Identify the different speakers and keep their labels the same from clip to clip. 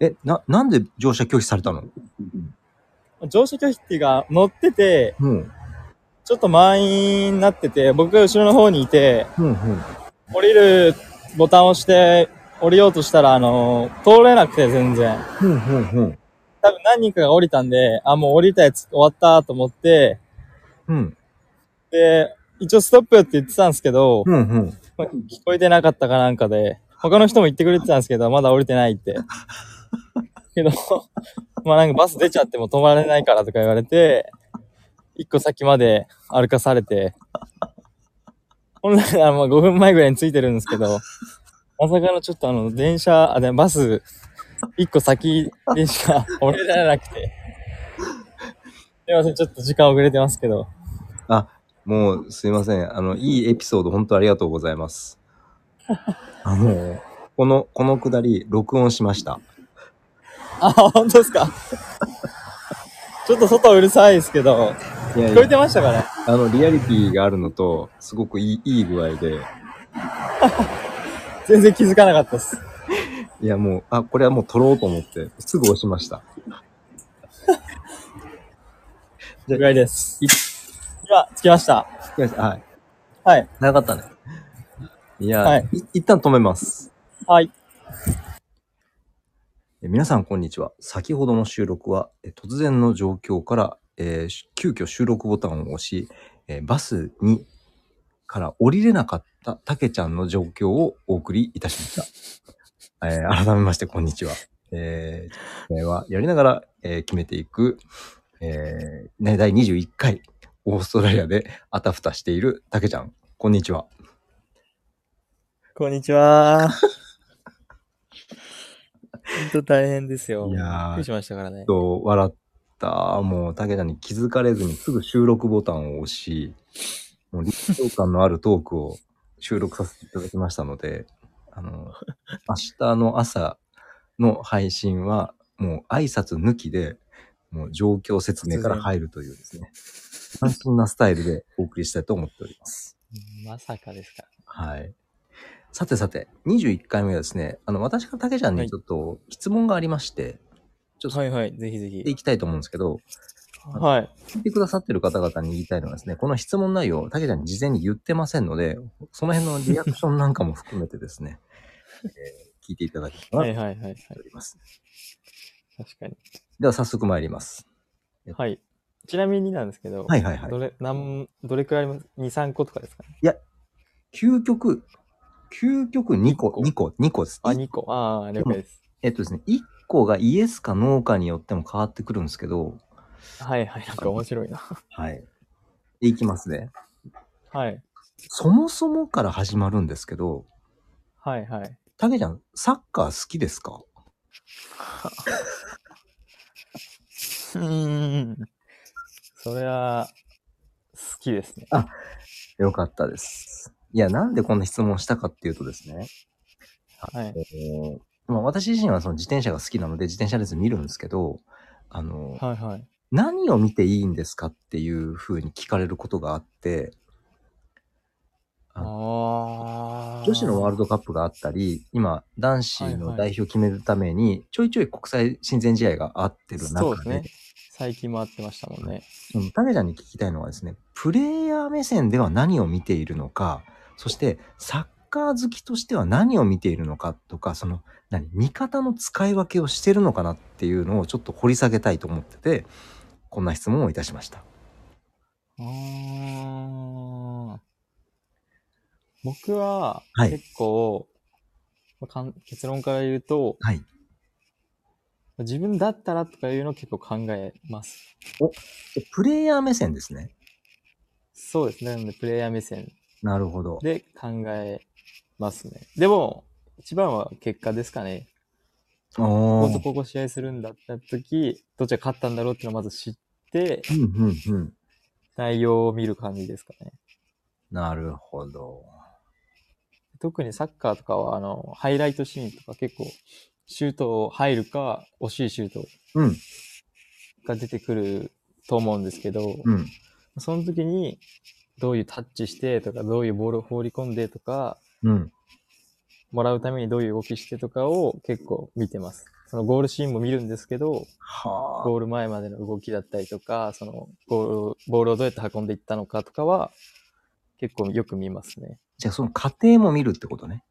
Speaker 1: え、な、なんで乗車拒否されたの
Speaker 2: 乗車拒否っていうか、乗ってて、
Speaker 1: うん。
Speaker 2: ちょっと満員になってて、僕が後ろの方にいて、
Speaker 1: うん、うん。
Speaker 2: 降りるボタンを押して、降りようとしたら、あの、通れなくて全然。
Speaker 1: うん、うん、
Speaker 2: 多分何人かが降りたんで、あ、もう降りたやつ終わったと思って、
Speaker 1: うん。うん、
Speaker 2: で、一応ストップって言ってたんですけど、
Speaker 1: うん、うん。
Speaker 2: 聞こえてなかったかなんかで、他の人も言ってくれてたんですけど、まだ降りてないって。けど、まあなんかバス出ちゃっても止まれないからとか言われて、一個先まで歩かされて、本来ならまあ5分前ぐらいに着いてるんですけど、まさかのちょっとあの、電車、あ、でバス、一個先でしか降りられなくて。すいません、ちょっと時間遅れてますけど。
Speaker 1: もう、すいません。あの、いいエピソード、本当ありがとうございます。 あの、この、このくだり、録音しました。
Speaker 2: あ、本当ですかちょっと外うるさいですけど、
Speaker 1: いやい
Speaker 2: 聞こえ
Speaker 1: や、
Speaker 2: てましたかね
Speaker 1: あの、リアリティがあるのと、すごくいい、いい具合で、
Speaker 2: 全然気づかなかったです。
Speaker 1: いや、もう、あ、これはもう撮ろうと思って、すぐ押しました。
Speaker 2: ぐらいです。では、着きました。
Speaker 1: いやはい。
Speaker 2: はい。
Speaker 1: 長かったね。いや、
Speaker 2: はい
Speaker 1: い、一旦止めます。
Speaker 2: はい。
Speaker 1: えー皆さん、こんにちは。先ほどの収録は、えー突然の状況から、えーし急遽収録ボタンを押し、えーバスにから降りれなかったたけちゃんの状況をお送りいたしました。 えー改めまして、こんにちは。えー、これはやりながら、えー決めていく、えーね、第21回、オーストラリアであたふたしているたけちゃん。こんにちは。
Speaker 2: こんにちは。本当大変ですよ。
Speaker 1: いやー
Speaker 2: びっくりしましたからね
Speaker 1: ちょっ。と笑った。もう、竹田に気づかれずにすぐ収録ボタンを押し、もう、臨場感のあるトークを収録させていただきましたので、あの、明日の朝の配信は、もう挨拶抜きで、もう状況説明から入るというですね、斬新なスタイルでお送りしたいと思っております。
Speaker 2: まさかですか。
Speaker 1: はい。さてさて、21回目はですね、あの、私から竹ちゃんにちょっと質問がありまして、ちょっと
Speaker 2: はいはい、ぜひぜ
Speaker 1: い
Speaker 2: ひ。
Speaker 1: きたいと思うんですけど、
Speaker 2: はい。
Speaker 1: 聞いてくださってる方々に言いたいのはですね、この質問内容を竹ちゃんに事前に言ってませんので、その辺のリアクションなんかも含めてですね、 えー聞いていただけたら
Speaker 2: は
Speaker 1: と
Speaker 2: い
Speaker 1: 思っ
Speaker 2: はいはいはい。
Speaker 1: ております。
Speaker 2: 確かに。
Speaker 1: では早速参ります。
Speaker 2: はい。ちなみになんですけど、
Speaker 1: はいはいはい
Speaker 2: ど。れ、なん、どれくらいあります ?2、3個とかですかね。
Speaker 1: 究極、究極2個、2個、2個です。
Speaker 2: あ、2個。ああ、了解です。
Speaker 1: えっとですね、1個がイエスかノーかによっても変わってくるんですけど、
Speaker 2: はいはい、なんか面白いな。
Speaker 1: はい。いきますね。
Speaker 2: はい。
Speaker 1: そもそもから始まるんですけど、
Speaker 2: はいはい。
Speaker 1: 竹ちゃん、サッカー好きですか
Speaker 2: うん。それは、好きですね。
Speaker 1: よかったです。いや、なんでこんな質問したかっていうとですね、
Speaker 2: はい。
Speaker 1: えーまあ、私自身はその自転車が好きなので自転車レース見るんですけど、あの、
Speaker 2: はいはい。
Speaker 1: 何を見ていいんですかっていうふうに聞かれることがあって、あ
Speaker 2: ああ。
Speaker 1: 女子のワールドカップがあったり、今、男子の代表を決めるために、ちょいちょい国際親善試合があってる
Speaker 2: そう
Speaker 1: 中
Speaker 2: です
Speaker 1: で、
Speaker 2: ね。最近回ってましたもんね。
Speaker 1: そのタネちゃんに聞きたいのはですね、プレイヤー目線では何を見ているのか、そしてサッカー好きとしては何を見ているのかとか、その何、味方の使い分けをしてるのかなっていうのをちょっと掘り下げたいと思ってて、こんな質問をいたしました。
Speaker 2: ああ。僕は
Speaker 1: は、い
Speaker 2: 結構、まあかん結論から言うと、
Speaker 1: はい。
Speaker 2: 自分だったらとかいうのを結構考えます。
Speaker 1: でプレイヤー目線ですね。
Speaker 2: そうですね。なので、プレイヤー目線
Speaker 1: なるほど。
Speaker 2: で考えますね。でも、一番は結果ですかね。
Speaker 1: お
Speaker 2: ここと
Speaker 1: ー。
Speaker 2: ここ試合するんだった時、どっちが勝ったんだろうっていうのをまず知って、
Speaker 1: うんうんうん。
Speaker 2: 内容を見る感じですかね。
Speaker 1: なるほど。
Speaker 2: 特にサッカーとかは、あの、ハイライトシーンとか結構、シュート入るか、惜しいシュート
Speaker 1: うん
Speaker 2: が出てくると思うんですけど、
Speaker 1: うん。
Speaker 2: その時に、どういうタッチしてとか、どういうボールを放り込んでとか、
Speaker 1: うん。
Speaker 2: もらうためにどういう動きしてとかを結構見てます。そのゴールシーンも見るんですけど、
Speaker 1: はあ。
Speaker 2: ゴール前までの動きだったりとか、そのゴール、ボールをどうやって運んでいったのかとかは、結構よく見ますね。
Speaker 1: じゃあその過程も見るってことね。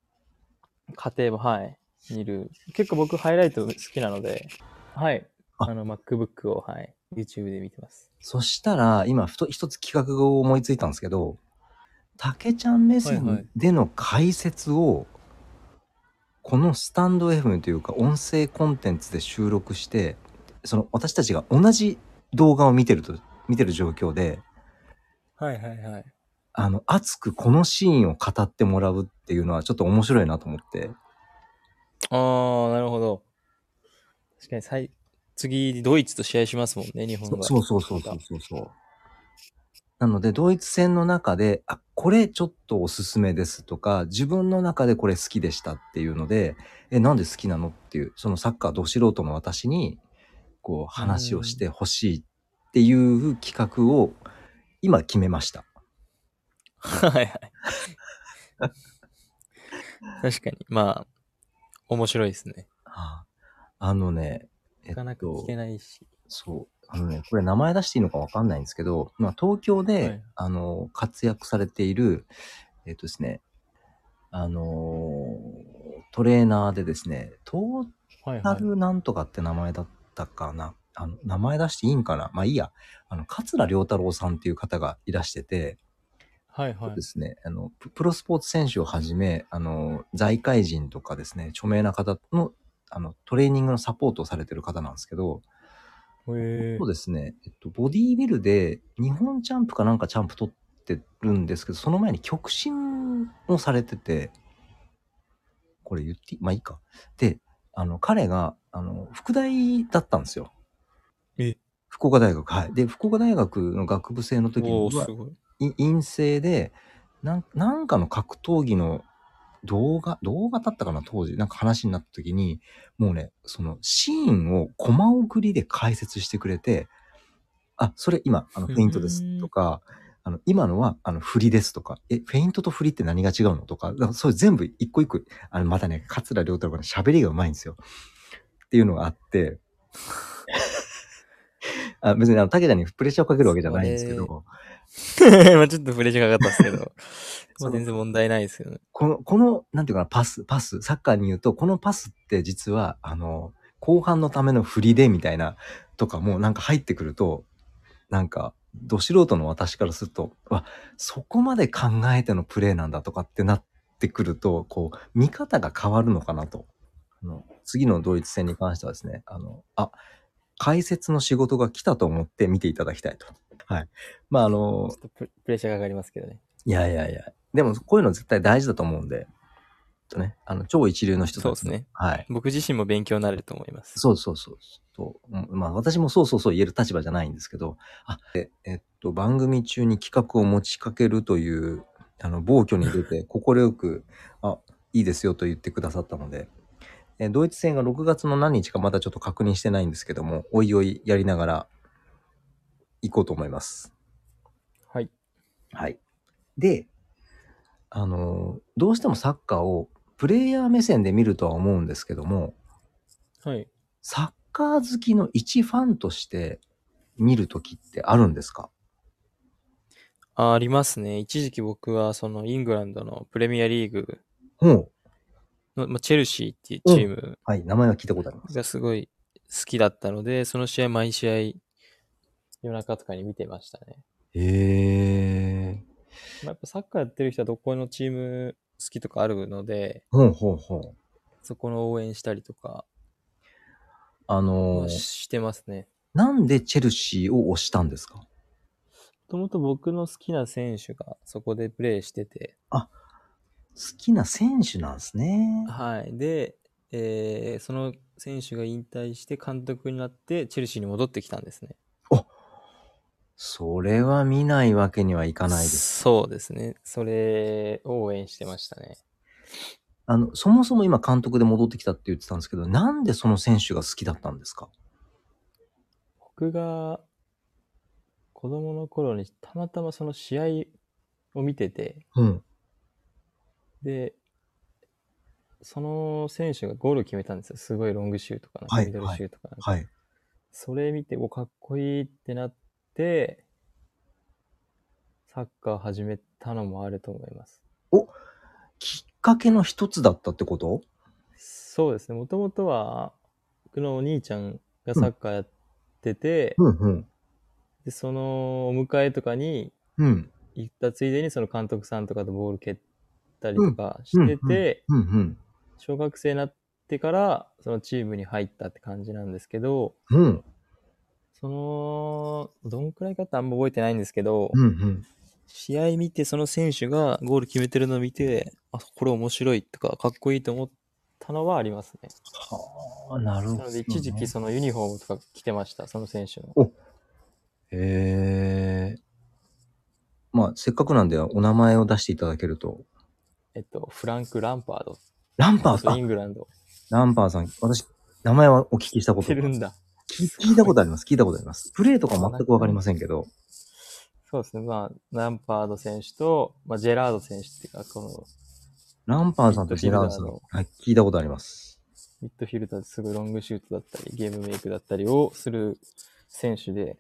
Speaker 2: 家庭も、はい、見る。結構僕、ハイライト好きなので、はい。
Speaker 1: あ
Speaker 2: あの、MacBook を、はい、YouTube で見てます。
Speaker 1: そしたら、今、ふと一つ企画を思いついたんですけど、竹ちゃん目
Speaker 2: はいはい
Speaker 1: 線での解説を、このスタンド FM というか音声コンテンツで収録して、その私たちが同じ動画を見てると、見てる状況で、
Speaker 2: はいはいはい。
Speaker 1: あの、熱くこのシーンを語ってもらうっていうのはちょっと面白いなと思って。
Speaker 2: あー、なるほど。確かにさい、次、ドイツと試合しますもんね、日本
Speaker 1: そ
Speaker 2: が。
Speaker 1: そうそうそうそうそうそう。なので、ドイツ戦の中で、あ、これちょっとおすすめですとか、自分の中でこれ好きでしたっていうので、え、なんで好きなのっていう、そのサッカーど素人の私に、こう、話をしてほしいっていう企画を、今決めました。
Speaker 2: はいはい。確かに。まあ、面白いですね。
Speaker 1: はああのね、え
Speaker 2: なかなか聞けないし。
Speaker 1: そう。あのね、これ名前出していいのかわかんないんですけど、まあ、東京で、
Speaker 2: はい
Speaker 1: あの、活躍されている、えっ、とですね、あのートレーナーでですね、トー
Speaker 2: はい
Speaker 1: タルなんとかって名前だったかな。あの名前出していいんかなまあいいや。あの、桂良太郎さんっていう方がいらしてて、
Speaker 2: はい
Speaker 1: そう
Speaker 2: はい
Speaker 1: で。すね、あの、ププロスポーツ選手をはじめ、あの、財界人とかですね、著名な方の、あの、トレーニングのサポートをされてる方なんですけど、
Speaker 2: へえ
Speaker 1: そうですね、えっと、ボディービルで日本チャンプかなんかチャンプ取ってるんですけど、その前に極真をされてて、これ言っていい、まあいいか。で、あの、彼が、あの、副大だったんですよ。
Speaker 2: え
Speaker 1: 福岡大学、はい。で、福岡大学の学部生の時
Speaker 2: お
Speaker 1: に
Speaker 2: お、、すごい。
Speaker 1: い陰性でなん、なんかの格闘技の動画、動画だったかな、当時。なんか話になった時に、もうね、そのシーンをコマ送りで解説してくれて、あ、それ今、あの、
Speaker 2: う
Speaker 1: フ
Speaker 2: ん
Speaker 1: ェイントですとか、あの、今のは、あの、振りですとか、え、フェイントと振りって何が違うのとか、だからそれ全部一個一個、あの、またね、桂良太郎がね喋りがうまいんですよ。っていうのがあって、あ別にあの、竹田にプレッシャーをかけるわけじゃないんですけど、
Speaker 2: そ まあちょっとプレッシャーかかったんですけど、ま
Speaker 1: そ
Speaker 2: あ
Speaker 1: う
Speaker 2: 全然問題ないですけどね。
Speaker 1: この、この、なんていうかな、パス、パス、サッカーに言うと、このパスって実は、あの、後半のための振りで、みたいな、とかもなんか入ってくると、なんか、ど素人の私からすると、わ、そこまで考えてのプレーなんだとかってなってくると、こう、見方が変わるのかなと。あの次のドイツ戦に関してはですね、あの、あ、解説の仕事が来たと思って見ていただきたいと。はい。まあ、あの
Speaker 2: ちょ、っとププレッシャーかかりますけどね。
Speaker 1: いやいやいや。でも、こういうの絶対大事だと思うんで、ちょっとね、あの、超一流の人たちの
Speaker 2: そうですね。
Speaker 1: はい。
Speaker 2: 僕自身も勉強になれると思います。
Speaker 1: そうそうそうそう。うんまあ、私もそうそうそう言える立場じゃないんですけど、あ、でえっと、番組中に企画を持ちかけるという、あの、暴挙に出 て、快く、あ、いいですよと言ってくださったので、えドイツ戦が6月の何日かまだちょっと確認してないんですけども、おいおいやりながら行こうと思います。
Speaker 2: はい。
Speaker 1: はい。で、あの、どうしてもサッカーをプレイヤー目線で見るとは思うんですけども、
Speaker 2: はい。
Speaker 1: サッカー好きの一ファンとして見るときってあるんですか
Speaker 2: あありますね。一時期僕は、その、イングランドのプレミアリーグ
Speaker 1: ほう。
Speaker 2: の、まあ、チェルシーっていうチーム
Speaker 1: はい、名前は聞いたことあります。
Speaker 2: がすごい好きだったので、その試合、毎試合、夜中とかに見てましたね。
Speaker 1: へえ。
Speaker 2: まあ、やっぱサッカーやってる人はどこのチーム好きとかあるので、
Speaker 1: ほうほうほう。
Speaker 2: そこの応援したりとか
Speaker 1: あ
Speaker 2: ま
Speaker 1: の
Speaker 2: あ、してますね。
Speaker 1: なんでチェルシーを押したんですか
Speaker 2: もともと僕の好きな選手がそこでプレーしてて、
Speaker 1: 好きな選手なんですね。
Speaker 2: はい。で、えーその選手が引退して監督になって、チェルシーに戻ってきたんですね。
Speaker 1: それは見ないわけにはいかないです。
Speaker 2: そうですね。それを応援してましたね。
Speaker 1: あの、そもそも今監督で戻ってきたって言ってたんですけど、なんでその選手が好きだったんですか
Speaker 2: 僕が子供の頃にたまたまその試合を見てて、
Speaker 1: うん。
Speaker 2: で、その選手がゴール決めたんですよ。すごいロングシュートかな、
Speaker 1: はい
Speaker 2: ミドルシュートかな。
Speaker 1: はい。
Speaker 2: それ見て、お、かっこいいってなって、サッカー始めたのもあると思います。
Speaker 1: きっかけの一つだったってこと
Speaker 2: そうですね。もともとは、僕のお兄ちゃんがサッカーやってて、
Speaker 1: うんうん。
Speaker 2: でそのお迎えとかに
Speaker 1: うん。
Speaker 2: 行ったついでにその監督さんとかとボール蹴ったりとかしてて、
Speaker 1: うんうんうん。
Speaker 2: 小学生になってからそのチームに入ったって感じなんですけど、
Speaker 1: うん。
Speaker 2: その、どんくらいかってあんま覚えてないんですけど、
Speaker 1: うんうん。
Speaker 2: 試合見てその選手がゴール決めてるのを見て、あ、これ面白いとか、かっこいいと思ったのはありますね。
Speaker 1: はあ、なる
Speaker 2: な
Speaker 1: ほど、
Speaker 2: ので一時期そのユニフォームとか着てました、その選手の。
Speaker 1: ええまあ、せっかくなんで、お名前を出していただけると。
Speaker 2: えっと、フランク・ランパード。
Speaker 1: ランパーさ
Speaker 2: そうイ
Speaker 1: ん、
Speaker 2: ングランド。
Speaker 1: ランパーさん、私、名前はお聞きしたこ
Speaker 2: 着
Speaker 1: とが
Speaker 2: てるんだ。
Speaker 1: 聞聞いたことあります、聞いたことあります。プレーとか全くわかりませんけど。
Speaker 2: そうですね。まあ、ランパード選手と、まあ、ジェラード選手っていうか、この
Speaker 1: ランパーさんとジェラードさん、
Speaker 2: ミッドフィル
Speaker 1: はい、聞いたことあります。
Speaker 2: ミッドフィルダーですごいロングシュートだったり、ゲームメイクだったりをする選手で、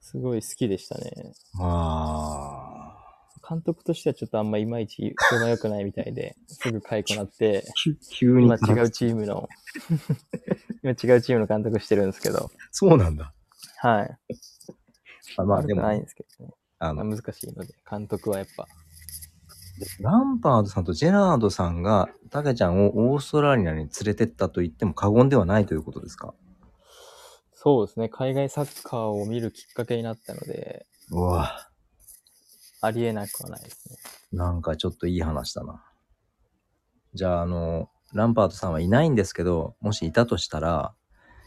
Speaker 2: すごい好きでしたね。
Speaker 1: ああ。
Speaker 2: 監督としてはちょっとあんまいまいち評判良くないみたいで、すぐ解雇なって、
Speaker 1: 急急に
Speaker 2: 今違うチーム の、今違うチームの監督してるんですけど、
Speaker 1: そうなんだ。
Speaker 2: はい。
Speaker 1: あまあ
Speaker 2: 悪
Speaker 1: で
Speaker 2: く
Speaker 1: も、
Speaker 2: ないんですけどね。
Speaker 1: あ
Speaker 2: まあ
Speaker 1: の、
Speaker 2: 難しいので、監督はやっぱ。
Speaker 1: ランパードさんとジェラードさんが、タケちゃんをオーストラリアに連れてったと言っても過言ではないということですか
Speaker 2: そうですね、海外サッカーを見るきっかけになったので、
Speaker 1: うわ
Speaker 2: ありえなくはないですね。
Speaker 1: なんかちょっといい話だな。じゃあ、あの、ランパードさんはいないんですけど、もしいたとしたら、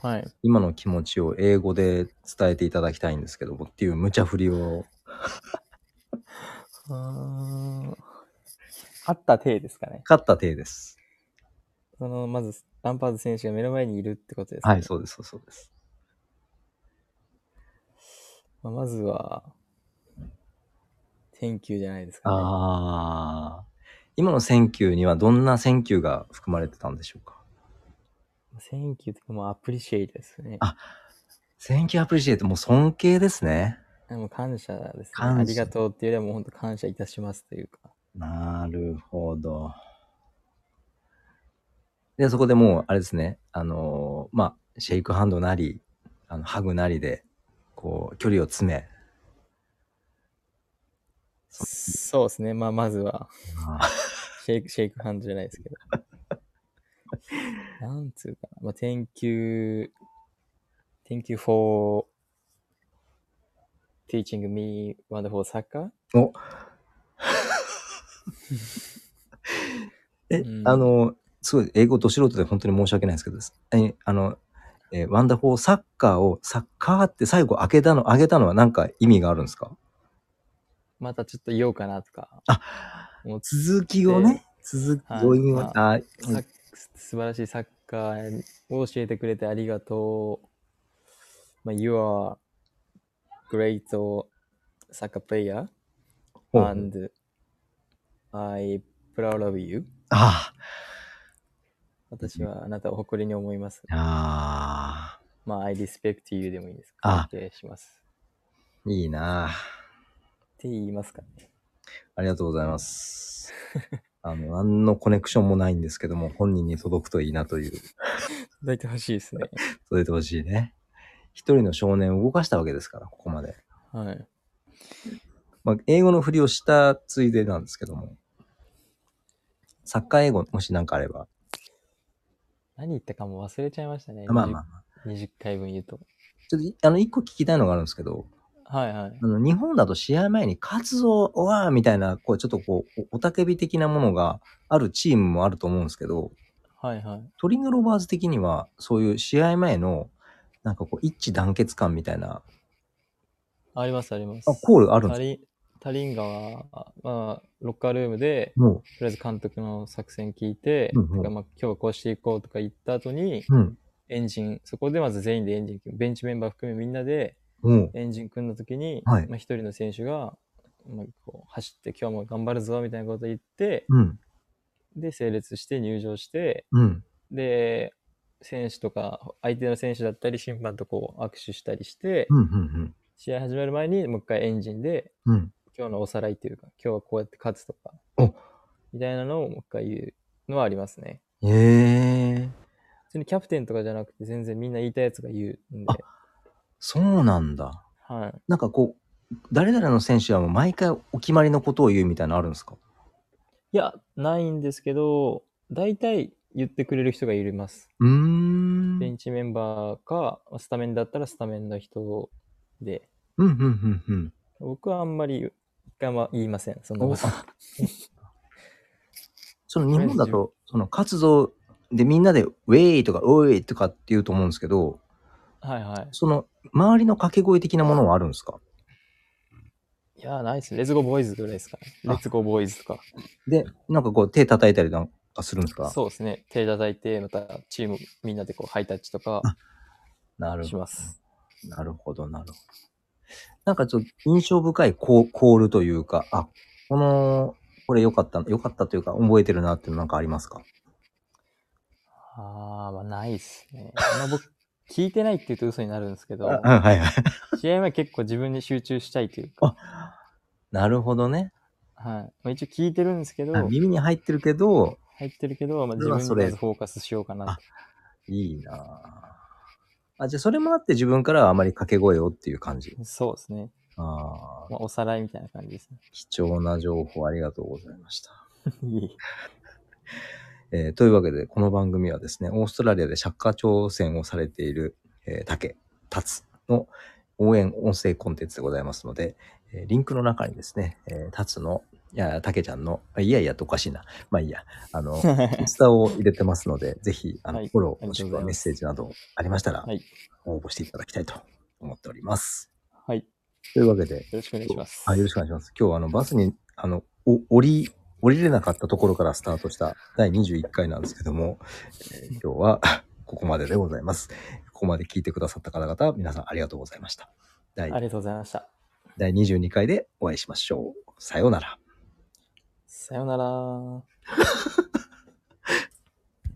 Speaker 2: はい。
Speaker 1: 今の気持ちを英語で伝えていただきたいんですけどもっていう無茶振りを。
Speaker 2: あった体ですかね。
Speaker 1: 勝った体です。
Speaker 2: その、まず、ランパーズ選手が目の前にいるってことですね。
Speaker 1: はい、そうです、そうです。
Speaker 2: まあまずは、Thank you じゃないですか、ね。
Speaker 1: ああ。今の選球にはどんな選球が含まれてたんでしょうか
Speaker 2: Thank you とかもうアプリシェイですね。
Speaker 1: あ選球アプリシエイト、もう尊敬ですね。
Speaker 2: もう感謝ですね。
Speaker 1: 感謝
Speaker 2: ありがとうっていうよりはもう本当感謝いたしますというか。
Speaker 1: なるほど。で、そこでもう、あれですね、あのーまあ、シェイクハンドなり、あのハグなりで、こう、距離を詰め、
Speaker 2: そうですね。まあ、まずは、
Speaker 1: あ
Speaker 2: シェイク、シェイクハンドじゃないで すけど。なんつうかな。まあ、Thank you, Thank you for teaching me wonderful soccer.
Speaker 1: え、
Speaker 2: うん
Speaker 1: あの、すごい、英語ど素人で本当に申し訳ないですけど、えあの、えーワンダフォーサッカーを、サッカーって最後開けたの、上げたのは何か意味があるんですか
Speaker 2: またちょっと言おうかなとか。
Speaker 1: あ、
Speaker 2: もう
Speaker 1: 続きをね、続きを言いました。あ
Speaker 2: サッ素晴らしいサッカーを教えてくれてありがとう。まあ、you are great soccer player
Speaker 1: ほう
Speaker 2: and I proud of you.
Speaker 1: あ、
Speaker 2: 私はあなたを誇りに思います。
Speaker 1: あ
Speaker 2: まあ、I respect you でもいいです
Speaker 1: あ
Speaker 2: か。尊敬します。
Speaker 1: ーいいなあ
Speaker 2: って言いますかね。
Speaker 1: ありがとうございます。あの、何のコネクションもないんですけども、本人に届くといいなという、
Speaker 2: 抱いてほしいですね。
Speaker 1: 届いてほしいね。一人の少年を動かしたわけですから、ここまで。
Speaker 2: はい。
Speaker 1: まあ、英語のふりをしたついでなんですけども、サッカー英語、もし何かあれば、
Speaker 2: 何言ったかも忘れちゃいましたね。
Speaker 1: まあまあまあ、
Speaker 2: 20, 20回分言うと。
Speaker 1: ちょっとい、あの、一個聞きたいのがあるんですけど、
Speaker 2: はいはい
Speaker 1: あ。の、日本だと試合前に活動は、みたいな、こう、ちょっとこう、おおたけび的なものがあるチームもあると思うんですけど、
Speaker 2: はいはい。
Speaker 1: トリングロバーズ的には、そういう試合前の、なんかこう、一致団結感みたいな、
Speaker 2: ありますあります。
Speaker 1: あ、コールあるんで
Speaker 2: タ
Speaker 1: す
Speaker 2: リタリンガは、まあ、ロッカールームで、
Speaker 1: も
Speaker 2: とりあえず監督の作戦聞いて、
Speaker 1: うんうん
Speaker 2: てかまあ、今日はこうしていこうとか言った後に、
Speaker 1: う、うん、
Speaker 2: エンジン、そこでまず全員でエンジン、ベンチメンバー含めみんなで
Speaker 1: もう、
Speaker 2: エンジン組んだ時に、
Speaker 1: はい
Speaker 2: まあ、一人の選手が、まあ、こう走って今日も頑張るぞみたいなこと言って、
Speaker 1: うん、
Speaker 2: で、整列して入場して、
Speaker 1: うん。
Speaker 2: で、選手とか、相手の選手だったり、審判とこう握手したりして、
Speaker 1: うん、うん、
Speaker 2: 試合始まる前にもう一回エンジンで、
Speaker 1: うん。うん。
Speaker 2: 今日のおさらいというか、今日はこうやって勝つとか
Speaker 1: お、
Speaker 2: みたいなのをもう一回言うのはありますね。
Speaker 1: ええ
Speaker 2: 普通にキャプテンとかじゃなくて、全然みんな言いたいやつが言うんで、
Speaker 1: そうなんだ。
Speaker 2: はい。
Speaker 1: なんかこう、誰々の選手はもう毎回お決まりのことを言うみたいなのあるんですか
Speaker 2: いや、ないんですけど、大体言ってくれる人がいます。
Speaker 1: うーん。う
Speaker 2: ベ
Speaker 1: ん、
Speaker 2: ンチメンバーか、スタメンだったらスタメンの人で、
Speaker 1: うん、うん、うん。
Speaker 2: 僕はあんまり一回も言いません、そんな
Speaker 1: お
Speaker 2: こ
Speaker 1: あ
Speaker 2: と。
Speaker 1: その日本だと、その活動でみんなでウェイとかウェイとかって言うと思うんですけど、
Speaker 2: はいは
Speaker 1: その周りの掛け声的なものはあるんですか
Speaker 2: い。いや、ないですね。レッツゴーボーイズぐらいですかね。
Speaker 1: あ
Speaker 2: レッツゴーボーイズとか。
Speaker 1: で、なんかこう手叩いたりなんかするんですか
Speaker 2: そうですね。手叩いて、またチームみんなでこうハイタッチとか
Speaker 1: なる
Speaker 2: し
Speaker 1: ほ
Speaker 2: ます。
Speaker 1: ど。なるほど、なるほど。なんかちょっと印象深いコーコールというか、あ、この、これ良かった、良かったというか覚えてるなっていうのなんかありますか
Speaker 2: あー、まあないですね。あんま僕、聞いてないって言うと嘘になるんですけど、
Speaker 1: あはい はい。
Speaker 2: 試合前結構自分に集中したいというか、
Speaker 1: なるほどね。
Speaker 2: はい。まあ、一応聞いてるんですけど、
Speaker 1: あ
Speaker 2: 入
Speaker 1: 耳に入ってるけど、
Speaker 2: ってるけど、ま
Speaker 1: そ
Speaker 2: あ、自
Speaker 1: れは
Speaker 2: 分に
Speaker 1: それ
Speaker 2: まずフォーカスしようかなと。
Speaker 1: いいなぁあ、じゃあそれもあって自分からはあまり掛け声をっていう感じ。
Speaker 2: そうですね。
Speaker 1: ああ、
Speaker 2: まあ、おさらいみたいな感じですね。
Speaker 1: 貴重な情報ありがとうございました。
Speaker 2: い い
Speaker 1: えーというわけで、この番組はですね、オーストラリアで釈迦挑戦をされている、えー、竹、達の応援音声コンテンツでございますので、えーリンクの中にですね、えー、達の、いや、竹ちゃんの、あいやいやとおかしいな。まあいいや、あ の、インスタを入れてますので、ぜひ、あの、
Speaker 2: はい
Speaker 1: フォロー、
Speaker 2: あり
Speaker 1: も
Speaker 2: が
Speaker 1: し
Speaker 2: とう
Speaker 1: く
Speaker 2: ござ
Speaker 1: はい
Speaker 2: ます
Speaker 1: メッセージなどありましたら
Speaker 2: はい、
Speaker 1: 応募していただきたいと思っております。
Speaker 2: はい。よ
Speaker 1: というわけで、
Speaker 2: ろしくお願いします。
Speaker 1: あよろしくお願いします。今日はあのバスにあのお降り降りれなかったところからスタートした第21回なんですけども、えー今日は ここまででございます。ここまで聞いてくださった方々、皆さんありがとうございました。第
Speaker 2: ありがとうございました。
Speaker 1: 第22回でお会いしましょう。さようなら。
Speaker 2: さようなら。